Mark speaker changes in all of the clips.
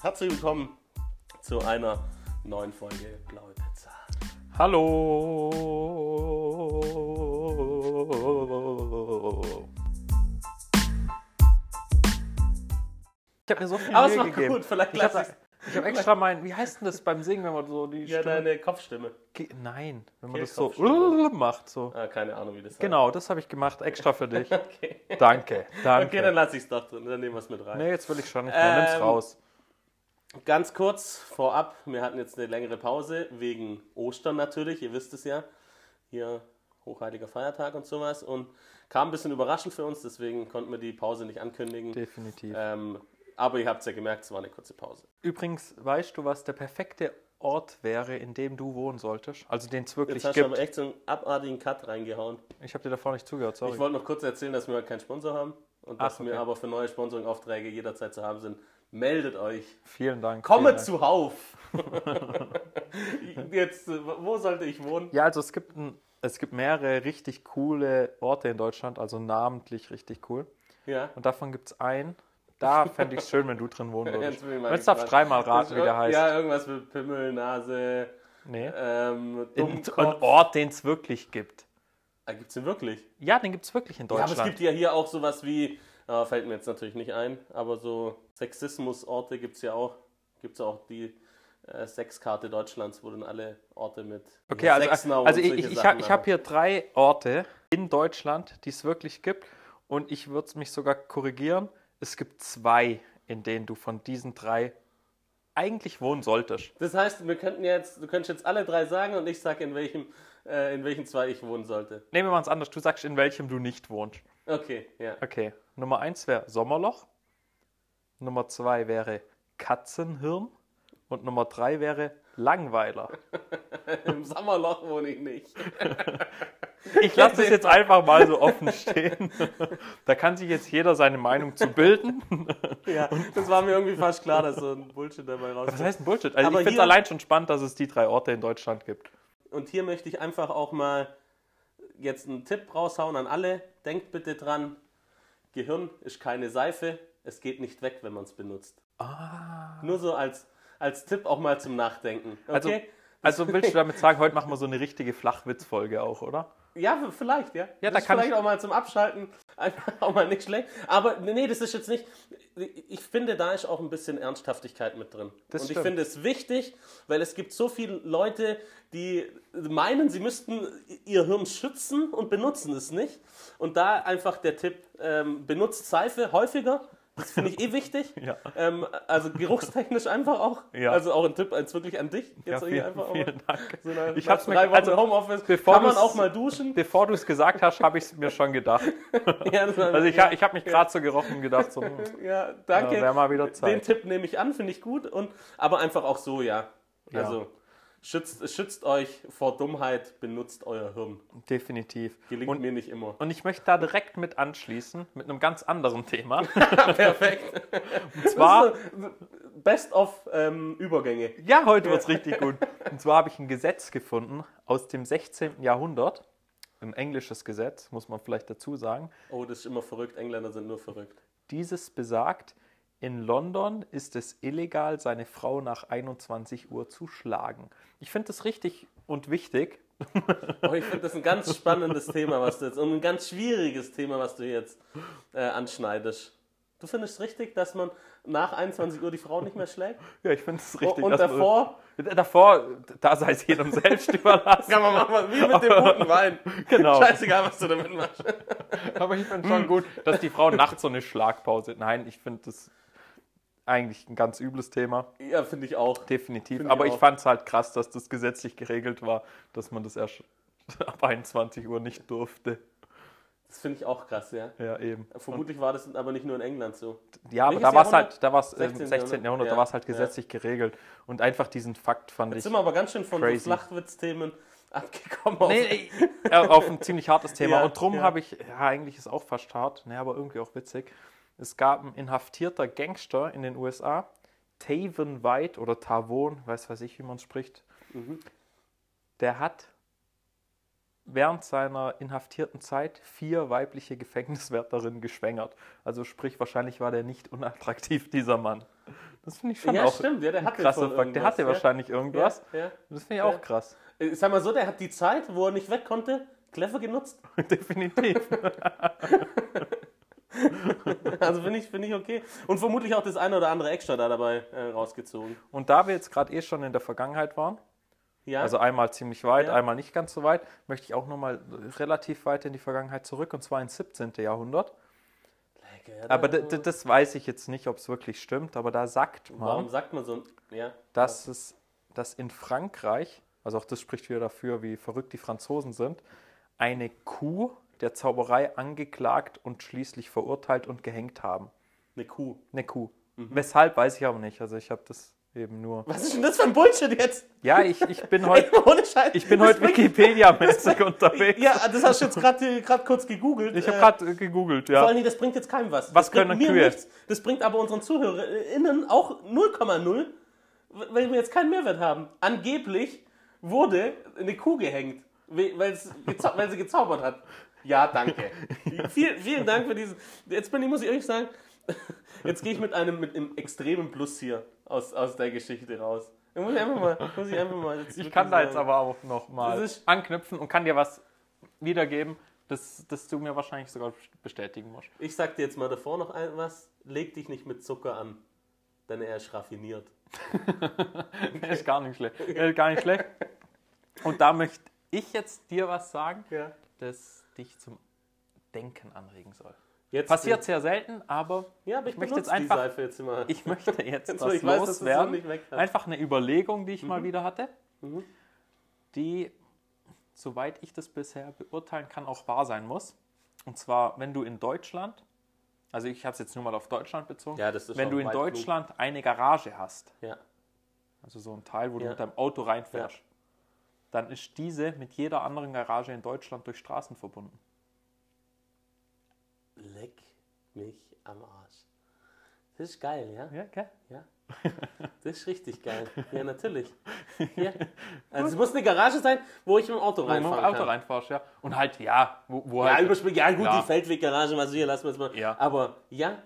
Speaker 1: Herzlich willkommen zu einer neuen Folge Blaue Pizza.
Speaker 2: Hallo. Ich habe mir so viel
Speaker 1: Aber es
Speaker 2: Mühe
Speaker 1: war
Speaker 2: gegeben.
Speaker 1: gut, vielleicht
Speaker 2: ich habe
Speaker 1: lass
Speaker 2: hab extra mein, wie heißt denn das beim Singen, wenn man so die
Speaker 1: Ja,
Speaker 2: Stimme...
Speaker 1: deine Kopfstimme.
Speaker 2: Ge- Nein, wenn man das so
Speaker 1: Kehlkopfstimme.
Speaker 2: macht. So.
Speaker 1: Ah, keine Ahnung, wie das heißt.
Speaker 2: Genau, das habe ich gemacht, extra für dich.
Speaker 1: Okay,
Speaker 2: Danke, danke.
Speaker 1: okay dann lasse ich es doch drin, dann nehmen wir es mit rein.
Speaker 2: nee, jetzt will ich schon nicht mehr, nimm's
Speaker 1: Ähm,
Speaker 2: raus.
Speaker 1: Ganz kurz vorab, wir hatten jetzt eine längere Pause wegen Ostern natürlich, ihr wisst es ja. Hier hochheiliger Feiertag und sowas und kam ein bisschen überraschend für uns, deswegen konnten wir die Pause nicht ankündigen.
Speaker 2: Definitiv.
Speaker 1: Ähm, aber ihr habt es ja gemerkt, es war eine kurze Pause.
Speaker 2: Übrigens, weißt du, was der perfekte Ort wäre, in dem du wohnen solltest? Also den es wirklich
Speaker 1: Jetzt hast du aber
Speaker 2: gibt.
Speaker 1: echt so einen abartigen Cut reingehauen.
Speaker 2: Ich habe dir davor nicht zugehört, sorry.
Speaker 1: Ich wollte noch kurz erzählen, dass wir heute keinen Sponsor haben und dass
Speaker 2: Ach, okay.
Speaker 1: wir aber für neue Sponsoring-Aufträge jederzeit zu haben sind. Meldet euch.
Speaker 2: Vielen Dank.
Speaker 1: Komme
Speaker 2: vielen Dank.
Speaker 1: zuhauf. Jetzt, äh, wo sollte ich wohnen?
Speaker 2: Ja, also es gibt, ein, es gibt mehrere richtig coole Orte in Deutschland, also namentlich richtig cool.
Speaker 1: Ja.
Speaker 2: Und davon gibt es einen, da fände ich es schön, wenn du drin wohnen würdest.
Speaker 1: Jetzt bin ich mal
Speaker 2: Jetzt darfst du
Speaker 1: gespannt.
Speaker 2: dreimal raten, wie der heißt.
Speaker 1: Ja, irgendwas mit Pimmel, Nase,
Speaker 2: Nee.
Speaker 1: ähm,
Speaker 2: Ein
Speaker 1: Dummkopf.
Speaker 2: Ort, den es wirklich gibt.
Speaker 1: Ah, gibt's den wirklich?
Speaker 2: Ja, den gibt es wirklich in
Speaker 1: Ja, aber
Speaker 2: Deutschland.
Speaker 1: es gibt ja hier auch sowas wie, ah, fällt mir jetzt natürlich nicht ein, aber so Sexismusorte gibt's ja auch. Gibt's auch die äh, Sexkarte Deutschlands, wo dann alle Orte mit
Speaker 2: Okay, also,
Speaker 1: Sexnau
Speaker 2: also
Speaker 1: und
Speaker 2: ich,
Speaker 1: solche
Speaker 2: ich, ich
Speaker 1: Sachen
Speaker 2: habe ich hab
Speaker 1: haben.
Speaker 2: hier drei Orte in Deutschland, die es wirklich gibt. Und ich würde mich sogar korrigieren. Es gibt zwei, in denen du von diesen drei eigentlich wohnen solltest.
Speaker 1: Das heißt, wir könnten jetzt, du könntest jetzt alle drei sagen und ich sag in welchem, äh, in welchen zwei ich wohnen sollte.
Speaker 2: Nehmen wir mal es anders. Du sagst, in welchem du nicht wohnst.
Speaker 1: Okay, ja.
Speaker 2: Okay. Nummer eins wäre Sommerloch. Nummer zwei wäre Katzenhirn. Und Nummer drei wäre Langweiler.
Speaker 1: Im Sommerloch wohne ich nicht.
Speaker 2: Ich lasse das jetzt einfach mal so offen stehen. Da kann sich jetzt jeder seine Meinung zu bilden.
Speaker 1: Ja, das war mir irgendwie fast klar, dass so ein Bullshit dabei rauskommt.
Speaker 2: Was heißt ein Bullshit? Also
Speaker 1: Aber
Speaker 2: ich finde es
Speaker 1: hier-
Speaker 2: allein schon spannend, dass es die drei Orte in Deutschland gibt.
Speaker 1: Und hier möchte ich einfach auch mal jetzt einen Tipp raushauen an alle. Denkt bitte dran, Gehirn ist keine Seife, es geht nicht weg, wenn man es benutzt. Nur so als, als Tipp auch mal zum Nachdenken. Okay?
Speaker 2: Also, also willst du damit sagen, heute machen wir so eine richtige Flachwitzfolge auch, oder?
Speaker 1: ja, v- vielleicht, ja.
Speaker 2: Ja,
Speaker 1: das
Speaker 2: da
Speaker 1: ist
Speaker 2: kann
Speaker 1: vielleicht
Speaker 2: ich-
Speaker 1: auch mal zum Abschalten. Einfach auch mal nicht schlecht. Aber nee, das ist jetzt nicht. Ich finde, da ist auch ein bisschen Ernsthaftigkeit mit drin.
Speaker 2: Das
Speaker 1: Und ich
Speaker 2: stimmt.
Speaker 1: finde es wichtig, weil es gibt so viele Leute, die meinen, sie müssten ihr Hirn schützen und benutzen es nicht. Und da einfach der Tipp, ähm, benutzt Seife häufiger. Das finde ich eh wichtig.
Speaker 2: Ja.
Speaker 1: Ähm, also geruchstechnisch einfach auch.
Speaker 2: Ja.
Speaker 1: Also auch ein Tipp als wirklich an dich. Jetzt irgendwie einfach auch mal
Speaker 2: Dank.
Speaker 1: so eine,
Speaker 2: Ich hab's mir-
Speaker 1: drei Wochen
Speaker 2: also,
Speaker 1: Homeoffice.
Speaker 2: bevor
Speaker 1: Kann man
Speaker 2: du's-
Speaker 1: auch mal duschen?
Speaker 2: Bevor du es gesagt hast, habe ich es mir schon gedacht.
Speaker 1: Ja, das war-
Speaker 2: Also ich, ha-
Speaker 1: ja,
Speaker 2: ich habe mich gerade so gerochen und gedacht, so, hm,
Speaker 1: ja,
Speaker 2: ja,
Speaker 1: danke.
Speaker 2: wäre mal wieder
Speaker 1: Den
Speaker 2: Zeit.
Speaker 1: Tipp nehme ich an, finde ich gut. Und, aber einfach auch so, ja.
Speaker 2: Ja.
Speaker 1: Also schützt, schützt euch vor Dummheit, benutzt euer Hirn.
Speaker 2: Definitiv.
Speaker 1: Gelingt
Speaker 2: Und,
Speaker 1: mir nicht immer.
Speaker 2: und ich möchte da direkt mit anschließen, mit einem ganz anderen Thema.
Speaker 1: Perfekt.
Speaker 2: Und zwar,
Speaker 1: Das ist so Best of ähm, Übergänge.
Speaker 2: ja, heute wird's richtig gut. Und zwar habe ich ein Gesetz gefunden aus dem 16. Jahrhundert. Ein englisches Gesetz, muss man vielleicht dazu sagen.
Speaker 1: Oh, das ist immer verrückt. Engländer sind nur verrückt.
Speaker 2: Dieses besagt, in London ist es illegal, seine Frau nach 21 Uhr zu schlagen. Ich finde das richtig und wichtig.
Speaker 1: Oh, ich finde das ein ganz spannendes Thema, was du jetzt, und ein ganz schwieriges Thema, was du jetzt äh, anschneidest. Du findest es richtig, dass man nach 21 Uhr die Frau nicht mehr schlägt?
Speaker 2: Ja, ich finde es richtig. Also,
Speaker 1: und
Speaker 2: dass man-
Speaker 1: davor
Speaker 2: Davor, da sei es jedem selbst überlassen.
Speaker 1: kann man machen, wie mit dem guten Wein.
Speaker 2: Genau.
Speaker 1: Scheißegal, was du damit machst.
Speaker 2: Aber ich finde schon gut, dass die Frau nachts so eine Schlagpause. Nein, ich finde das eigentlich ein ganz übles Thema.
Speaker 1: Ja, finde ich auch.
Speaker 2: Definitiv.
Speaker 1: Finde ich
Speaker 2: Aber ich
Speaker 1: auch.
Speaker 2: fand es halt krass, dass das gesetzlich geregelt war, dass man das erst ab 21 Uhr nicht durfte.
Speaker 1: Das finde ich auch krass, ja.
Speaker 2: Ja, eben.
Speaker 1: Vermutlich war das aber nicht nur in England so.
Speaker 2: Ja, aber
Speaker 1: Welches
Speaker 2: da war es
Speaker 1: Jahrhundert?
Speaker 2: halt, da war es im
Speaker 1: 16.
Speaker 2: 16. Jahrhundert,
Speaker 1: Ja,
Speaker 2: da war es halt
Speaker 1: ja.
Speaker 2: gesetzlich geregelt. Und einfach diesen Fakt fand
Speaker 1: Jetzt
Speaker 2: ich
Speaker 1: sind wir aber ganz schön von so
Speaker 2: Crazy.
Speaker 1: Flachwitzthemen abgekommen. auf-
Speaker 2: nee, nee, äh, auf ein ziemlich hartes Thema.
Speaker 1: Ja,
Speaker 2: Und drum
Speaker 1: ja.
Speaker 2: habe ich, ja, eigentlich ist auch fast hart, ne, aber irgendwie auch witzig. Es gab einen inhaftierter Gangster in den USA, Taven White oder Tavon, weiß weiß ich, wie man es spricht.
Speaker 1: Mhm.
Speaker 2: Der hat während seiner inhaftierten Zeit vier weibliche Gefängniswärterinnen geschwängert. Also sprich, wahrscheinlich war der nicht unattraktiv, dieser Mann. Das finde ich schon
Speaker 1: Ja,
Speaker 2: auch
Speaker 1: stimmt, ja, der
Speaker 2: ein
Speaker 1: hatte
Speaker 2: krasser
Speaker 1: von
Speaker 2: Fakt. Der
Speaker 1: irgendwas,
Speaker 2: hatte
Speaker 1: ja.
Speaker 2: wahrscheinlich irgendwas.
Speaker 1: Ja, ja.
Speaker 2: Das finde ich auch
Speaker 1: Ja.
Speaker 2: krass.
Speaker 1: Ich Sag mal so, der hat die Zeit, wo er nicht weg konnte, clever genutzt.
Speaker 2: Definitiv.
Speaker 1: Also finde ich, finde ich okay. Und vermutlich auch das eine oder andere Extra da dabei äh, rausgezogen.
Speaker 2: Und da wir jetzt gerade eh schon in der Vergangenheit waren,
Speaker 1: Ja,
Speaker 2: also einmal ziemlich weit,
Speaker 1: Ja.
Speaker 2: einmal nicht ganz so weit, möchte ich auch nochmal relativ weit in die Vergangenheit zurück, und zwar ins 17. Jahrhundert.
Speaker 1: Lecker, ja,
Speaker 2: Aber
Speaker 1: da-
Speaker 2: d- d- das weiß ich jetzt nicht, ob es wirklich stimmt, aber da sagt man,
Speaker 1: warum sagt man so ein. Ja,
Speaker 2: dass es dass in Frankreich, also auch das spricht wieder dafür, wie verrückt die Franzosen sind, eine Kuh der Zauberei angeklagt und schließlich verurteilt und gehängt haben.
Speaker 1: eine Kuh.
Speaker 2: Eine Kuh.
Speaker 1: Mhm.
Speaker 2: Weshalb weiß ich aber nicht. Also ich habe das eben nur.
Speaker 1: Was ist denn das für ein Bullshit jetzt?
Speaker 2: Ja, ich, ich bin heute
Speaker 1: Ohne Scheiß.
Speaker 2: ich bin
Speaker 1: Das
Speaker 2: heute
Speaker 1: bringt-
Speaker 2: Wikipedia-mäßig unterwegs.
Speaker 1: Ja, das hast du jetzt gerade gerade kurz gegoogelt.
Speaker 2: Ich habe
Speaker 1: Äh,
Speaker 2: gerade gegoogelt,
Speaker 1: Vor
Speaker 2: ja.
Speaker 1: allen Dingen, das bringt jetzt keinem was.
Speaker 2: Was
Speaker 1: das bringt
Speaker 2: können
Speaker 1: mir
Speaker 2: Kühe?
Speaker 1: nichts. Das bringt aber unseren ZuhörerInnen auch 0,0, weil wir jetzt keinen Mehrwert haben. Angeblich wurde eine Kuh gehängt, we- weil's gezau weil sie gezaubert hat. Ja, danke. Viel, vielen Dank für diesen. Jetzt bin ich, muss ich ehrlich sagen, jetzt gehe ich mit einem, mit einem extremen Plus hier aus, aus der Geschichte raus. Da muss ich einfach mal. Muss ich einfach mal jetzt
Speaker 2: Ich
Speaker 1: wirklich
Speaker 2: kann da jetzt
Speaker 1: sagen.
Speaker 2: aber auch nochmal
Speaker 1: Das ist-
Speaker 2: anknüpfen und kann dir was wiedergeben, das, das du mir wahrscheinlich sogar bestätigen musst.
Speaker 1: Ich sag dir jetzt mal davor noch ein- was. Leg dich nicht mit Zucker an, denn er ist raffiniert.
Speaker 2: Der ist gar nicht schlecht. Der ist gar nicht schlecht. Und da möchte ich jetzt dir was sagen,
Speaker 1: Ja.
Speaker 2: das dich zum Denken anregen soll.
Speaker 1: Jetzt
Speaker 2: Passiert sehr selten, aber
Speaker 1: Ja, aber ich,
Speaker 2: Ich möchte jetzt
Speaker 1: benutze
Speaker 2: einfach-
Speaker 1: die Seife jetzt immer.
Speaker 2: ich möchte jetzt
Speaker 1: Jetzt, wo
Speaker 2: was
Speaker 1: ich weiß, dass du
Speaker 2: loswerden.
Speaker 1: so nicht weg hast. Mhm.
Speaker 2: Einfach eine Überlegung, die ich mal wieder hatte, die, soweit ich das bisher beurteilen kann, auch wahr sein muss. Und zwar, wenn du in Deutschland, also ich habe es jetzt nur mal auf Deutschland bezogen,
Speaker 1: Ja, das ist
Speaker 2: wenn
Speaker 1: auch
Speaker 2: du in
Speaker 1: weit genug.
Speaker 2: Deutschland eine Garage hast,
Speaker 1: ja.
Speaker 2: also so ein Teil, wo du
Speaker 1: Ja.
Speaker 2: mit deinem Auto reinfährst, dann ist diese mit jeder anderen Garage in Deutschland durch Straßen verbunden.
Speaker 1: Leck mich am Arsch. Das ist geil, ja?
Speaker 2: Ja, gell?
Speaker 1: Ja. Das ist richtig geil. Ja, natürlich. Ja. Also es muss eine Garage sein, wo ich mit dem Auto
Speaker 2: Wo du mit dem
Speaker 1: reinfahren
Speaker 2: Auto
Speaker 1: kann.
Speaker 2: reinfährst, ja. Und halt, ja, wo, wo
Speaker 1: Ja,
Speaker 2: halt.
Speaker 1: überspringen. Ja, gut,
Speaker 2: Ja.
Speaker 1: die Feldweggarage, was hier, lassen wir es mal.
Speaker 2: Ja.
Speaker 1: Aber ja,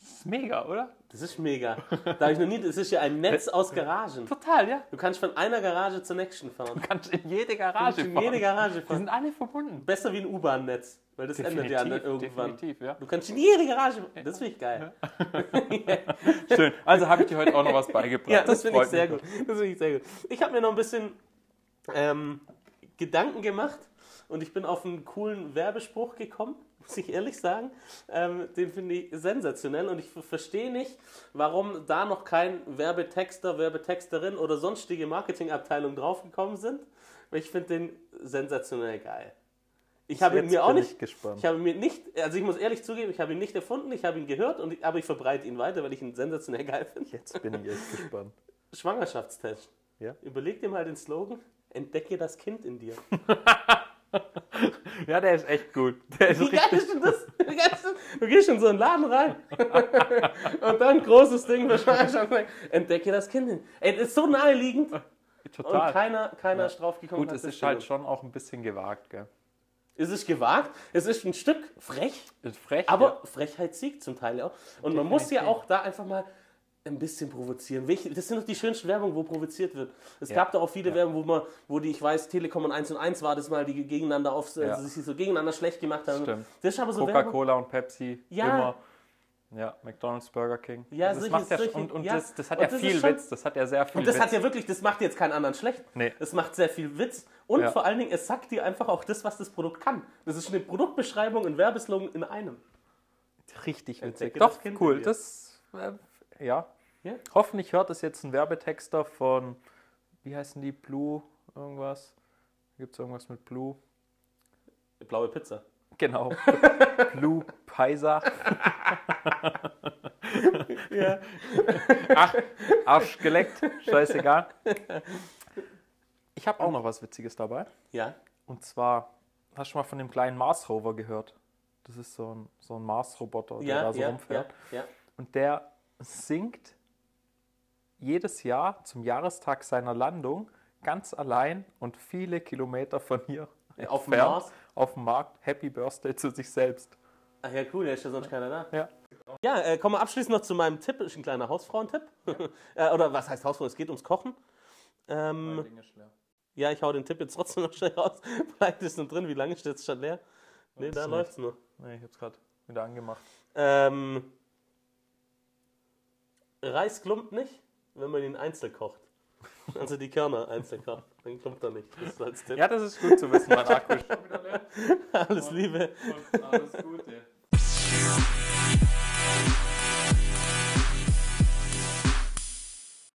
Speaker 2: Das ist mega, oder?
Speaker 1: das ist mega. Da habe ich noch nie, das ist ja ein Netz aus Garagen.
Speaker 2: Total, ja.
Speaker 1: Du kannst von einer Garage zur nächsten fahren.
Speaker 2: Du kannst in jede
Speaker 1: Du
Speaker 2: Garage
Speaker 1: kannst in
Speaker 2: fahren.
Speaker 1: jede Garage
Speaker 2: Die
Speaker 1: fahren.
Speaker 2: sind alle verbunden.
Speaker 1: Besser wie ein U-Bahn-Netz, weil das endet ja dann irgendwann.
Speaker 2: definitiv, ja.
Speaker 1: Du kannst in jede Garage. Das finde ich geil.
Speaker 2: Schön. Also habe ich dir heute auch noch was beigebracht.
Speaker 1: Ja, das finde ich
Speaker 2: freut
Speaker 1: sehr
Speaker 2: mich.
Speaker 1: gut. Das finde ich sehr gut. Ich habe mir noch ein bisschen ähm, Gedanken gemacht und ich bin auf einen coolen Werbespruch gekommen, muss ich ehrlich sagen. Ähm, den finde ich sensationell und ich ver- verstehe nicht, warum da noch kein Werbetexter, Werbetexterin oder sonstige Marketingabteilung draufgekommen sind. Weil ich finde den sensationell geil. Ich habe ihn
Speaker 2: Jetzt
Speaker 1: mir auch
Speaker 2: bin
Speaker 1: nicht
Speaker 2: ich gespannt.
Speaker 1: Ich habe mir nicht, also ich muss ehrlich zugeben, ich habe ihn nicht erfunden, ich habe ihn gehört, und, aber ich verbreite ihn weiter, weil ich ihn sensationell geil finde.
Speaker 2: Jetzt bin ich echt gespannt.
Speaker 1: Schwangerschaftstest.
Speaker 2: Ja.
Speaker 1: Überleg dir mal den Slogan, entdecke das Kind in dir.
Speaker 2: Ja, der ist echt gut. Der ist
Speaker 1: Wie
Speaker 2: richtig.
Speaker 1: geil ist denn das? Wie geil ist das? Du gehst in so einen Laden rein und dann großes Ding für Schwangerschaft, entdecke das Kind in dir. Ey, das ist so naheliegend und
Speaker 2: Total.
Speaker 1: keiner, keiner ist drauf gekommen.
Speaker 2: gut,
Speaker 1: hat
Speaker 2: es
Speaker 1: das
Speaker 2: ist halt
Speaker 1: genommen.
Speaker 2: schon auch ein bisschen gewagt, gell?
Speaker 1: Es ist gewagt, es ist ein Stück frech,
Speaker 2: Ist frech.
Speaker 1: Aber
Speaker 2: ja.
Speaker 1: Frechheit siegt zum Teil auch. Und man muss ja
Speaker 2: Definitiv.
Speaker 1: auch da einfach mal ein bisschen provozieren. Welche- Das sind doch die schönsten Werbung, wo provoziert wird. Es
Speaker 2: Ja.
Speaker 1: gab da auch viele
Speaker 2: Ja.
Speaker 1: Werbung, wo man, wo die, ich weiß, Telekom und 1 und 1 war das mal, die gegeneinander auf,
Speaker 2: Ja.
Speaker 1: also sich so gegeneinander schlecht gemacht haben.
Speaker 2: Stimmt.
Speaker 1: Das ist aber so Werbung.
Speaker 2: Coca-Cola und Pepsi.
Speaker 1: Ja.
Speaker 2: Immer. Ja, McDonalds, Burger King.
Speaker 1: Ja,
Speaker 2: das
Speaker 1: solche-
Speaker 2: macht ja
Speaker 1: solche-
Speaker 2: und, und
Speaker 1: ja.
Speaker 2: das, das hat
Speaker 1: Und
Speaker 2: ja
Speaker 1: das ist
Speaker 2: viel
Speaker 1: schon-
Speaker 2: Witz. Das hat ja sehr viel
Speaker 1: Und das
Speaker 2: Witz.
Speaker 1: hat ja wirklich, das macht jetzt keinen anderen schlecht.
Speaker 2: Nee.
Speaker 1: Es macht sehr viel Witz und
Speaker 2: Ja.
Speaker 1: vor allen Dingen, es sagt dir einfach auch das, was das Produkt kann. Das ist eine Produktbeschreibung und Werbeslogan in einem.
Speaker 2: richtig witzig.
Speaker 1: Entdecke
Speaker 2: Doch,
Speaker 1: das Kind in
Speaker 2: cool.
Speaker 1: dir.
Speaker 2: Das, äh, ja.
Speaker 1: Ja.
Speaker 2: Hoffentlich hört es jetzt ein Werbetexter von, wie heißen die, Blue irgendwas? Gibt es irgendwas mit Blue?
Speaker 1: Blaue Pizza.
Speaker 2: Genau. Blue Paiser.
Speaker 1: Ja.
Speaker 2: Ach, Arsch geleckt. Scheißegal. Ich habe auch noch was Witziges dabei.
Speaker 1: Ja.
Speaker 2: Und zwar, hast du schon mal von dem kleinen Mars Rover gehört? Das ist so ein, so ein Mars-Roboter, der
Speaker 1: Ja,
Speaker 2: da so
Speaker 1: ja,
Speaker 2: rumfährt.
Speaker 1: ja, ja.
Speaker 2: Und der singt jedes Jahr zum Jahrestag seiner Landung ganz allein und viele Kilometer von hier
Speaker 1: Auf dem
Speaker 2: entfernt
Speaker 1: Mars?
Speaker 2: auf dem Markt Happy Birthday zu sich selbst.
Speaker 1: Ach ja, cool, da ist ja sonst keiner da.
Speaker 2: Ja.
Speaker 1: Ja, äh, kommen wir abschließend noch zu meinem Tipp. Ist ein kleiner Hausfrauentipp. äh, oder was heißt Hausfrauen? Es geht ums Kochen. Ähm, ja, ich hau den Tipp jetzt trotzdem noch schnell raus. Bleibt es noch drin? Wie lange ist jetzt schon leer? Nee, da
Speaker 2: nicht.
Speaker 1: läuft's noch.
Speaker 2: Nee, ich hab's gerade wieder angemacht.
Speaker 1: Ähm, Reis klumpt nicht, wenn man ihn einzeln kocht. Also die Körner einzeln kocht. Dann klumpt er nicht. Das ist als Tipp.
Speaker 2: Ja, das ist gut zu wissen, mein Akku.
Speaker 1: Alles Liebe.
Speaker 2: Alles gut.